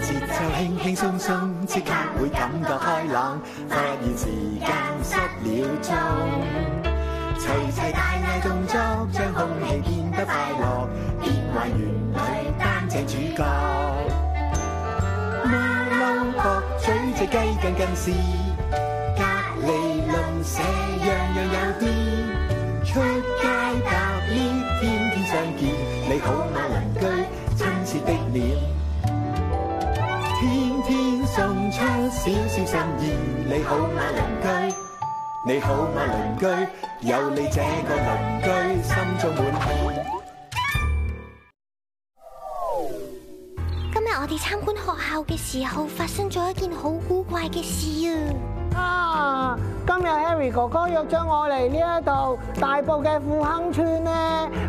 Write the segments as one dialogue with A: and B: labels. A: 輕輕鬆鬆，即刻會感覺開朗，發現時間失了蹤。齊齊大嗌動作，將空氣變得快樂，變幻園裏擔正主角。馬騮駁嘴隻雞近近視，隔離鄰舍樣樣有啲。出街搭 lift 天天相見，你好嗎鄰居，親切的臉。天天送出少少心意，你好嗎鄰居？你好嗎鄰居？有你這個鄰居，心中滿意。
B: 今日我哋參觀學校嘅時候，發生咗一件好古怪嘅事
C: 啊！啊，今日 Harry 哥哥約咗我嚟呢一度大埔嘅富亨村咧，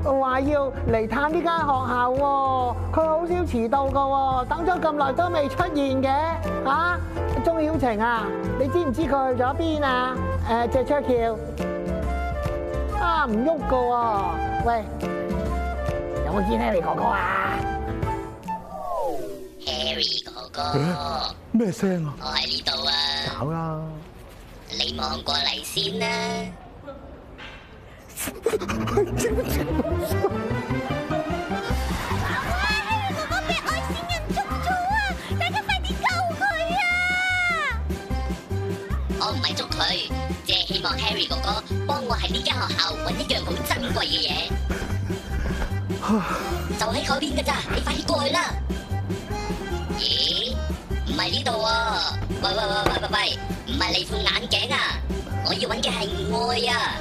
C: 話要嚟探呢間學校喎。佢好少遲到㗎喎，等咗咁耐都未出現嘅嚇。鍾曉晴啊，你知唔知佢去咗邊啊？誒，隻雀橋啊，唔喐㗎喎。喂，有冇見 Harry 哥哥啊
D: ？Harry 哥哥，
C: 咩聲啊？
D: 我喺呢度啊。
C: 搞啦！
D: 你望過嚟先啦。我唔係捉佢，只係希望 Harry 哥哥幫我喺呢間學校揾一樣好珍貴嘅嘢。就喺嗰邊㗎咋，你快啲過去啦！咦？唔係呢度喎！喂喂喂喂喂喂！唔係你副眼鏡啊！我要揾嘅係愛啊！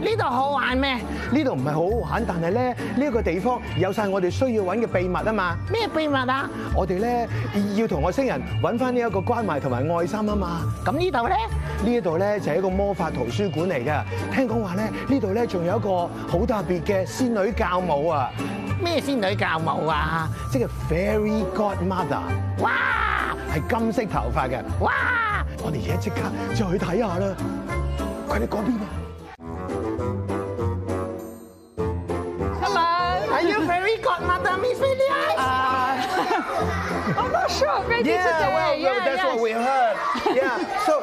C: 呢度好玩咩？
E: 呢度唔係好好玩，但係咧呢個地方有晒我哋需要揾嘅秘密啊嘛！
C: 咩秘密啊？
E: 我哋咧要同外星人揾翻呢一個關懷同埋愛心啊嘛！
C: 咁呢度咧？
E: 呢度咧就係一個魔法圖書館嚟嘅。聽講話咧呢度咧仲有一個好特別嘅仙女教母啊！
C: 咩仙女教母啊？
E: 即係 Fairy Godmother。
C: 哇！
E: 係金色頭髮嘅。
C: 哇！
E: 我哋而家即刻就去睇下啦！佢哋嗰邊啊！
C: Hello，Are you very godmother, Miss Williams? 啊
F: Uh, I'm not sure. Maybe
E: yeah,
F: today.
E: well, well,
F: yeah,
E: that's
F: yes.
E: what we heard. Yeah. So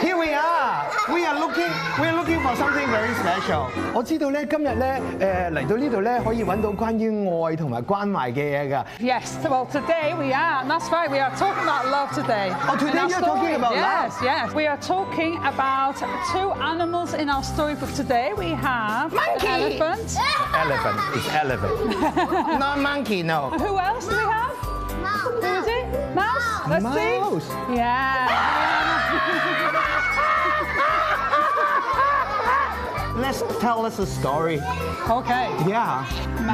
E: here we are. We are looking. We are looking for something very special. 我知道咧，今日咧，誒嚟到呢度咧，可以揾到關於愛同埋關懷嘅嘢㗎。
F: Yes. Well, today we are. And that's right. We are talking about love today.
E: Oh, today
F: In our
E: you're talking about
F: yes, love. Yes. We are talking about two animals in our storybook today. We have
C: Monkey. Ah!
F: an elephant.
E: Elephant is elephant.
C: Not monkey, no.
F: Who else do we have? Who is it? Mouse. Let's
E: Mouse.
F: see. Yeah.
E: Let's tell us a story.
F: okay.
E: Yeah.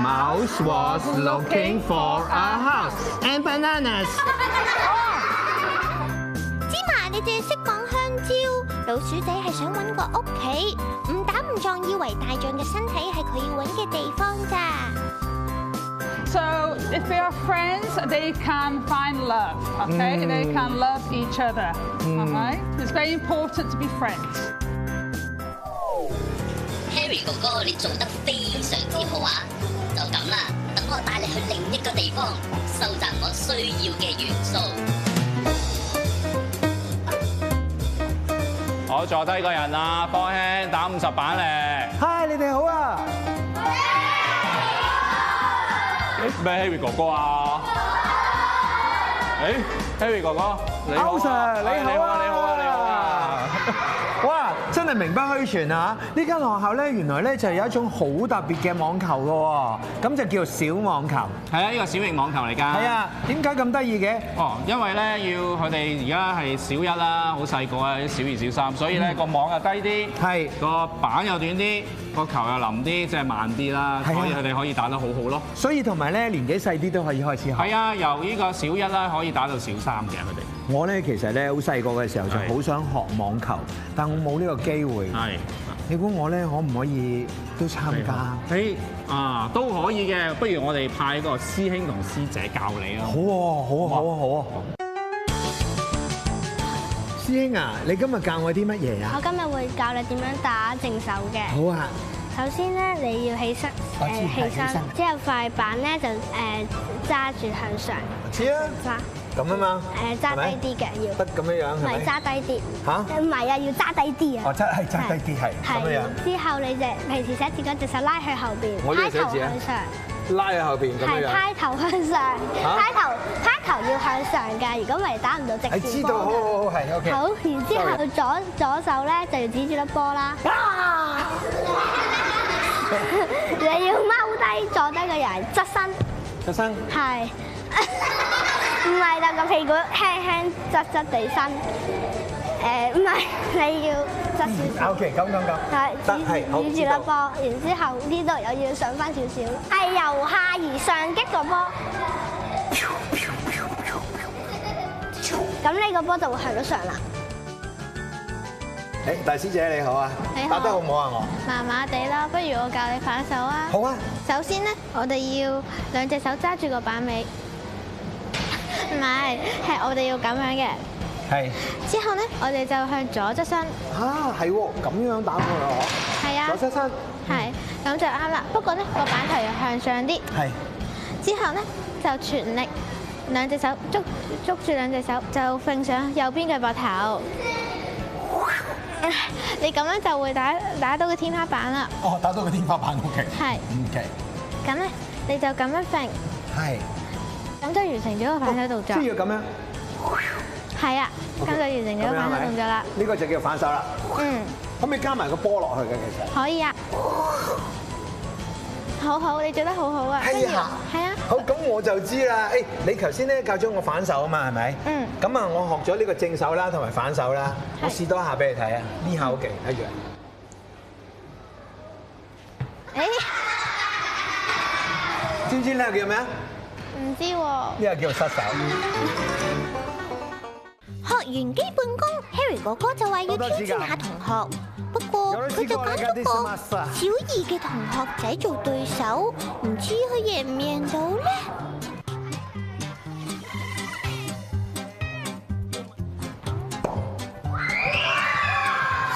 E: Mouse was looking for a house and bananas.
B: 芝麻，你淨係識講香蕉，老鼠仔係想揾個屋企，誤打誤撞以為大象嘅身體係佢要揾嘅地方咋。
F: So if we are friends, they can find love. Okay,
E: Mm.
F: they can love each other. All right, it's very important to be friends.
D: Harry 哥哥，你做得非常之好啊！就咁啦，等我帶你去另一個地方，收集我需要嘅元素。
G: 我坐低個人啦，幫輕打五十板咧。
E: Hi，你哋好啊！
G: 咩 Harry 哥哥啊？誒，Harry 哥哥，你好
E: Ow
G: 啊
E: Sir，你好啊
G: 你好啊，你好啊！
E: 哇！真係名不虛傳啊！呢間學校咧，原來咧就有一種好特別嘅網球嘅喎，咁就叫做小網球。
G: 係啊，呢個小型網球嚟㗎。
E: 係。啊，點解咁得意嘅？
G: 哦，因為咧要佢哋而家係小一啦，好細個啊，小二、小三，所以
E: 嗯
G: 咧個網又低啲，
E: 係
G: 個板又短啲，個球又腍啲，即係慢啲啦，
E: 係啊
G: 所以佢哋可以打得好好咯。
E: 所以同埋咧，年紀細啲都可以開始學。
G: 係啊，由呢個小一啦，可以打到小三嘅佢哋。
E: 我咧其實咧好細個嘅時候就
G: 係
E: 好想學網球，但我冇呢個機會。
G: 係。
E: 你估我咧可唔可以都參加？
G: 啊誒啊都可以嘅，不如我哋派個師兄同師姐教你啊
E: 好。喎，好啊，好啊，好啊！師兄啊，你今日教我啲乜嘢啊？啊
H: Ờ, 我今日會教你點樣打正手嘅。
E: 好啊，
H: 首先咧，你要起身，
E: 我
H: 誒
E: 知係
H: 起身
E: 起身
H: 之後塊板咧就誒揸住向上
E: 知啊，
H: 揸，
E: 咁啊嘛，
H: 誒揸低啲嘅要，
E: 筆咁樣樣
H: 唔
E: 係
H: 係
E: 咪？
H: 揸低啲，
E: 嚇
H: 唔係啊，要揸低啲啊。
E: 哦，真係揸低啲係咁樣
H: 係
E: 樣，
H: 之後你隻平時寫字嗰隻手拉去後邊，
E: 我呢個
H: 派
E: 寫
H: 頭
E: 字啊
H: 向上，
E: 拉喺後邊咁樣
H: 係
E: 樣。
H: 派頭向上，派頭派頭要向上㗎，如果唔係打唔到直
E: 係
H: 線
E: 知道，好
H: 波㗎
E: 好好係 OK。
H: 好，然之後左左手咧就要指住粒波啦。 你要踎低坐低個人，側身
E: 出生
H: 係，唔係就個屁股輕輕側側地身。誒唔 係，你要側少少。
E: OK，咁咁咁，
H: 係，
E: 得係好
H: 指住
E: 知
H: 粒
E: 道
H: 波，然之後呢度又要上翻少少，哎係由下而上擊個波。咁你個波就會向咗上啦。
E: 誒，大師姐你好啊，
I: 你好
E: 打得好唔好啊
I: 麻麻地啦，不如我教你反手啊
E: 我？！好啊，
I: 首先呢，我哋要兩隻手揸住個板尾，唔係，係我哋要咁樣嘅。
E: 係
I: 之後呢，我哋就向左側身，
E: 啊，係喎，咁樣打過嚟我，
I: 係啊
E: 左，出生
I: 係，咁就啱啦。不過呢，個板頭要向上啲，
E: 係
I: 之後呢，就全力兩隻手捉捉住兩隻手，就揈上右邊嘅膊頭。 你咁樣就會打打到個天花板啦，
E: 哦，打到個天花板 OK，
I: 係。
E: OK，
I: 咁咧，你就咁樣揈，
E: 係，
I: 咁就完成咗個反手動
E: 即係
I: 作。
E: 要咁樣，
I: 係啊，咁就完成咗
E: 咁樣係
I: 個反
E: 咪
I: 手動作啦。
E: 啊呢個就叫反手啦，
I: 嗯，
E: 可唔可以加埋個波落去嘅其實？
I: 可以啊。好好，你做得好好啊。不如
E: 係啊
I: 係啊，
E: 好，咁我就知啦。誒，你頭先咧教咗我反手啊嘛，係咪？
I: 嗯。
E: 咁啊，我學咗呢個正手啦，同埋反手啦。
I: 係
E: 我試多下俾你睇啊，呢下好勁，一樣。
I: 誒，
E: 知唔知呢個叫咩啊？
I: 唔知喎。
E: 呢個叫失手。
B: 學完基本功，Harry 哥哥就話要挑戰下同學。不過佢就揀咗個小二嘅同學仔做對手，唔知佢贏唔贏到呢？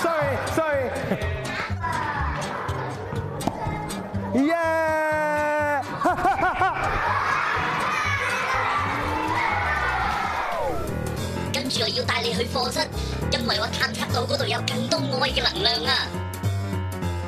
E: Sorry, sorry. Yeah！
D: 跟住我要帶你去課室，因為我探測到嗰度有更多愛嘅能量啊！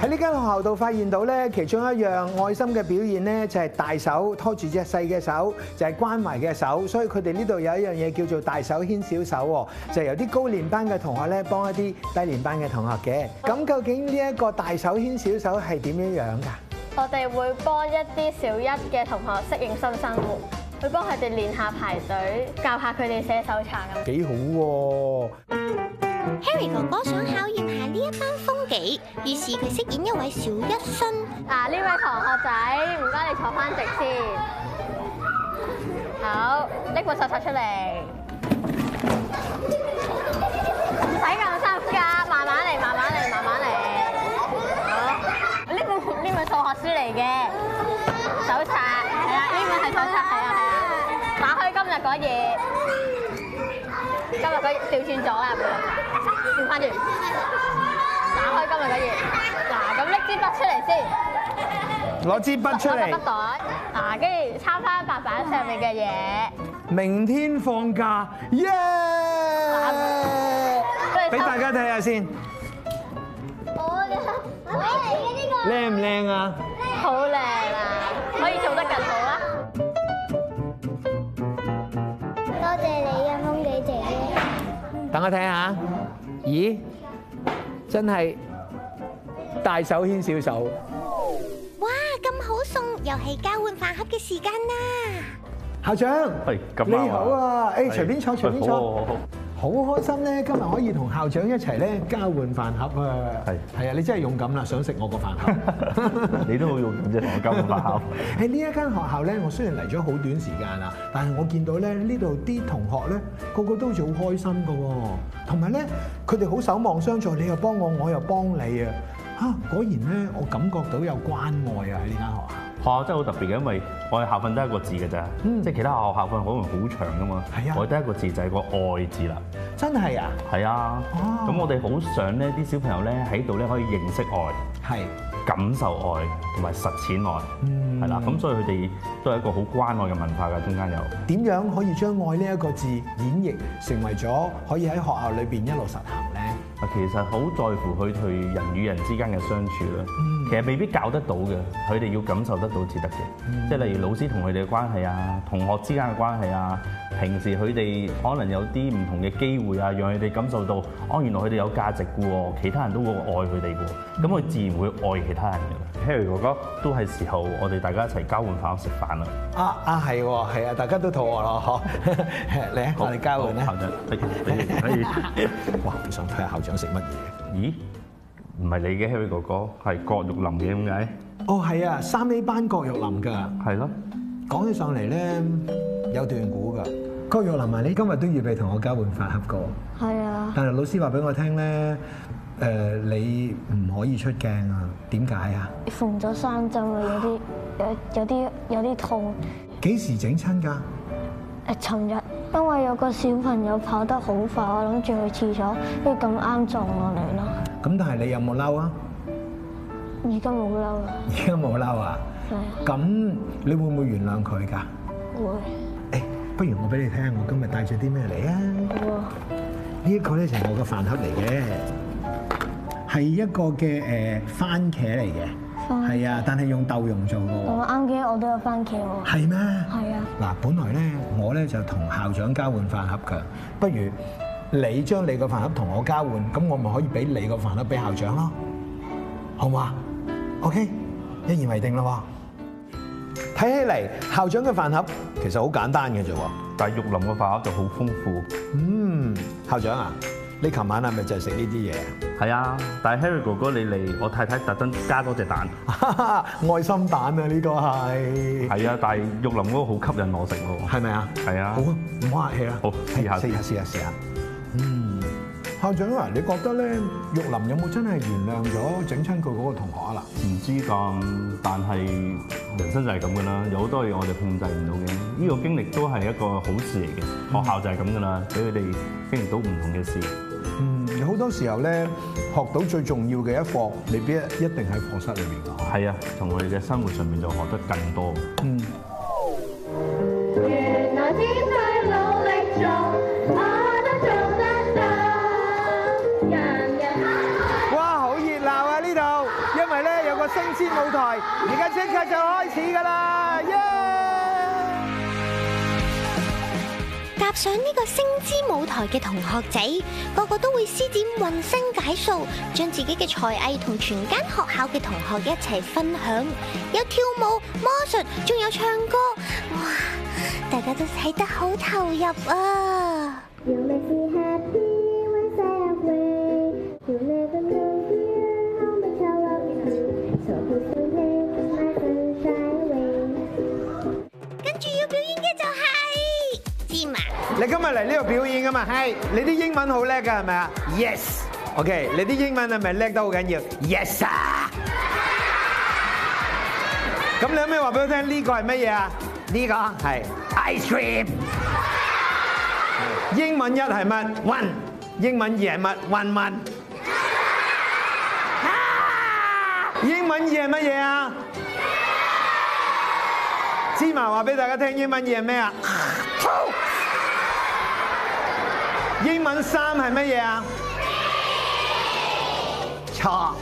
E: 喺呢間學校度發現到咧，其中一樣愛心嘅表現咧，就係大手拖住隻細嘅手，就係關懷嘅手。所以佢哋呢度有一樣嘢叫做大手牽小手喎，就係由啲高年班嘅同學咧幫一啲低年班嘅同學嘅。咁究竟呢一個大手牽小手係點樣樣㗎？
J: 我哋會幫一啲小一嘅同學適應新生活，會幫佢哋練下排隊，教下佢哋寫手冊咁。
E: 幾好喎！
B: Harry 哥哥想考驗下呢一班風紀，於是佢飾演一位小一生。
J: 啊嗱，呢位同學仔，唔該你坐翻直先。好，拎本手冊出嚟，唔使咁心急，慢慢嚟，慢慢嚟，慢慢嚟。好，呢本呢本數學書嚟嘅手冊，係啊，呢本係手冊，係啊係啊，打開今日嗰頁，今日嗰頁調轉咗啦，調翻轉。打開今日嗰頁，嗱咁拎支筆出嚟先，
E: 攞支筆出
J: 攞個
E: 嚟
J: 筆。袋，嗱跟住抄翻白板上面嘅嘢，
E: 明天放假，耶！俾大家睇下先，
J: 我嘅，我嘅呢
E: 靚唔靚啊？
J: 個好靚啊，可以做得更好
K: 啊
J: 啦。
H: 多謝你啊，風紀姐姐。
E: 等我睇下，咦，真係大手牽小手。
B: 哇，咁好餸，又係交換飯盒嘅時間啦！
E: 校長，
G: 係咁啱啊
E: 你好啊，誒
G: 係
E: 隨便坐隨便
G: 好好好
E: 坐
L: 啊
G: 好，
E: 好開心咧，今日可以同校長一齊咧交換飯盒啊。
L: 係
E: 係啊，你真係勇敢啦，想食我個飯盒。
L: 你都好用咁啫，同我交換飯 盒。
E: 喺呢一間學校咧，我雖然嚟咗好短時間啦，但係我見到咧呢度啲同學咧個個都好似好開心噶喎，同埋咧佢哋好守望相助，你又幫我，我又幫你啊！嚇，果然咧我感覺到有關愛啊喺呢間學校。
L: 學校真係好特別嘅，因為我哋校訓得一個字嘅咋，
E: 嗯
L: 即係其他學校校訓可能好長噶嘛。
E: 係啊
L: 我哋得一個字就係個愛字啦。
E: 真係啊，
L: 係啊，
E: 哦
L: 咁我哋好想咧啲小朋友咧喺度咧可以認識愛，
E: 係嗯
L: 感受愛同埋實踐愛，係啦、咁所以佢哋都係一個好關愛嘅文化嘅，中間有。
E: 點樣可以將愛呢一個字演繹成為咗可以喺學校裏邊一路實行咧？
L: 啊，其實好在乎佢對人與人之間嘅相處啦。
E: 嗯
L: 其實未必教得到嘅，佢哋要感受得到至得嘅。即係例如老師同佢哋嘅關係啊，同學之間嘅關係啊，平時佢哋可能有啲唔同嘅機會啊，讓佢哋感受到，哦，原來佢哋有價值嘅喎，其他人都會愛佢哋嘅喎，咁佢自然會愛其他人嘅。Harry 哥哥都係時候，我哋大家一齊交換飯食飯啦。
E: 啊啊係喎，係啊，大家都肚餓咯，嗬！ 嚟啊，我哋交換咧。
L: 校長，哎哎哎
E: 哇！好想睇下校長食乜嘢？
L: 咦？唔係你嘅 Harry 哥哥，係郭玉林嘅，點解？
E: 哦，係啊，三 A 班郭玉林㗎。
L: 係咯。
E: 講起上嚟咧，有段古㗎。郭玉林啊，你今日都預備同我交換飯盒個，
K: 係啊，
E: 但係老師話俾我聽咧，誒、你唔可以出鏡啊？點解啊？
K: 縫咗三針啊，有啲有有啲有啲痛。
E: 幾時整親㗎？
K: 誒，尋日因為有個小朋友跑得好快，我諗住去廁所，跟住咁啱撞落嚟咯。
E: 咁但係你有冇嬲啊？
K: 而家冇嬲啦，
E: 而家冇嬲啊？
K: 係
E: 咁你會唔會原諒佢㗎？
K: 會
E: 不如我俾你聽，我今日帶咗啲咩嚟啊？呢一個咧就係我嘅飯盒嚟嘅，係一個嘅誒、呃番茄嚟嘅，
K: 番茄
E: 係啊，但係用豆蓉做嘅
K: 我
E: 喎。
K: 啱嘅，我都有番茄喎。
E: 係咩
K: 係啊，
E: 嗱，本來咧我咧就同校長交換飯盒㗎，不如你將你個飯盒同我交換，咁我咪可以俾你個飯盒俾校長咯，好唔好啊？OK，一言為定啦喎。睇起嚟校長嘅飯盒其實好簡單嘅啫喎。
L: 但係玉林嘅飯盒就好豐富。
E: 嗯，校長啊，你琴晚係咪就係食呢 啲嘢啊？
L: 係啊，但係 Harry 哥哥你嚟，我太太特登加多隻蛋。
E: 愛心蛋啊，呢個係。
L: 係啊，但係玉林嗰個好吸引我食喎。
E: 係咪啊？
L: 係啊。
E: 好啊，唔好客氣啦。
L: 好，試下。
E: 試下試下試下。嗯，校長啊，你覺得咧，玉林有冇真係原諒咗整親佢嗰個同學啊啦？
L: 唔知㗎，但係人生就係咁㗎啦，有好多嘢我哋控制唔到嘅。呢、個經歷都係一個好事嚟嘅，學校就係咁㗎啦，俾佢哋經歷到唔同嘅事。
E: 嗯，有好多時候咧，學到最重要嘅一課，未必一定喺課室裏面㗎。
L: 係啊，從佢哋嘅生活上面就學得更多。
E: 嗯。
M: 原來天太努力做，我都做得到。人人
E: 哇，好熱鬧啊呢度，因為咧有個升仙舞台，而家即刻就開始㗎啦，耶、
B: 踏上呢個星之舞台嘅同學仔，個個都會施展渾身解數，將自己嘅才藝同全間學校嘅同學一齊分享，有跳舞、魔術，仲有唱歌，哇！大家都睇得好投入啊！
M: You make me happy when I'm away. You never know dear how much I love you. So please don't take my sunshine away.
B: 跟住要表演嘅就係芝麻。
E: 你今日嚟呢度表演噶嘛？係，你啲英文好叻噶係咪啊？Yes。OK，你啲英文係咪叻得好緊要？Yes à. 啊！咁你可唔可以話俾我聽呢個係乜嘢啊？呢個係 ice cream。英文一係乜？one。英文二係乜？one one。英文二係乜嘢啊？芝麻話俾大家聽，英文二係咩啊？英文三係乜嘢啊？錯，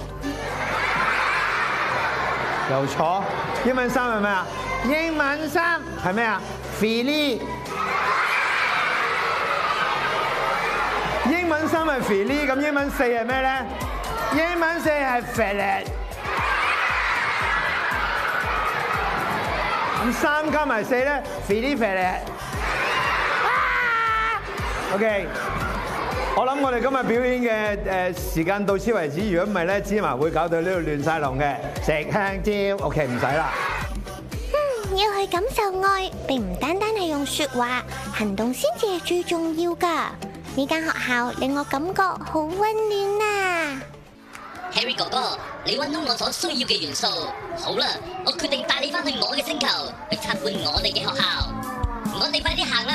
E: 又錯。英文三係咩啊？英文三係咩啊 f i l i 英文三係 f i l i 咁英文四係咩咧？英文四係 f i l i 咁三加埋四咧 f i l i f i l i OK，我諗我哋今日表演嘅誒時間到此為止，如果唔係咧，芝麻會搞到呢度亂晒龍嘅。食香蕉，OK 唔使啦。
B: 嗯，要去感受愛，並唔單單係用說話，行動先至係最重要噶。呢間學校令我感覺好溫暖啊！
D: Harry 哥哥，你揾到我所需要嘅元素，好啦，我決定帶你翻去我嘅星球，去參觀我哋嘅學校。我哋快啲行啦，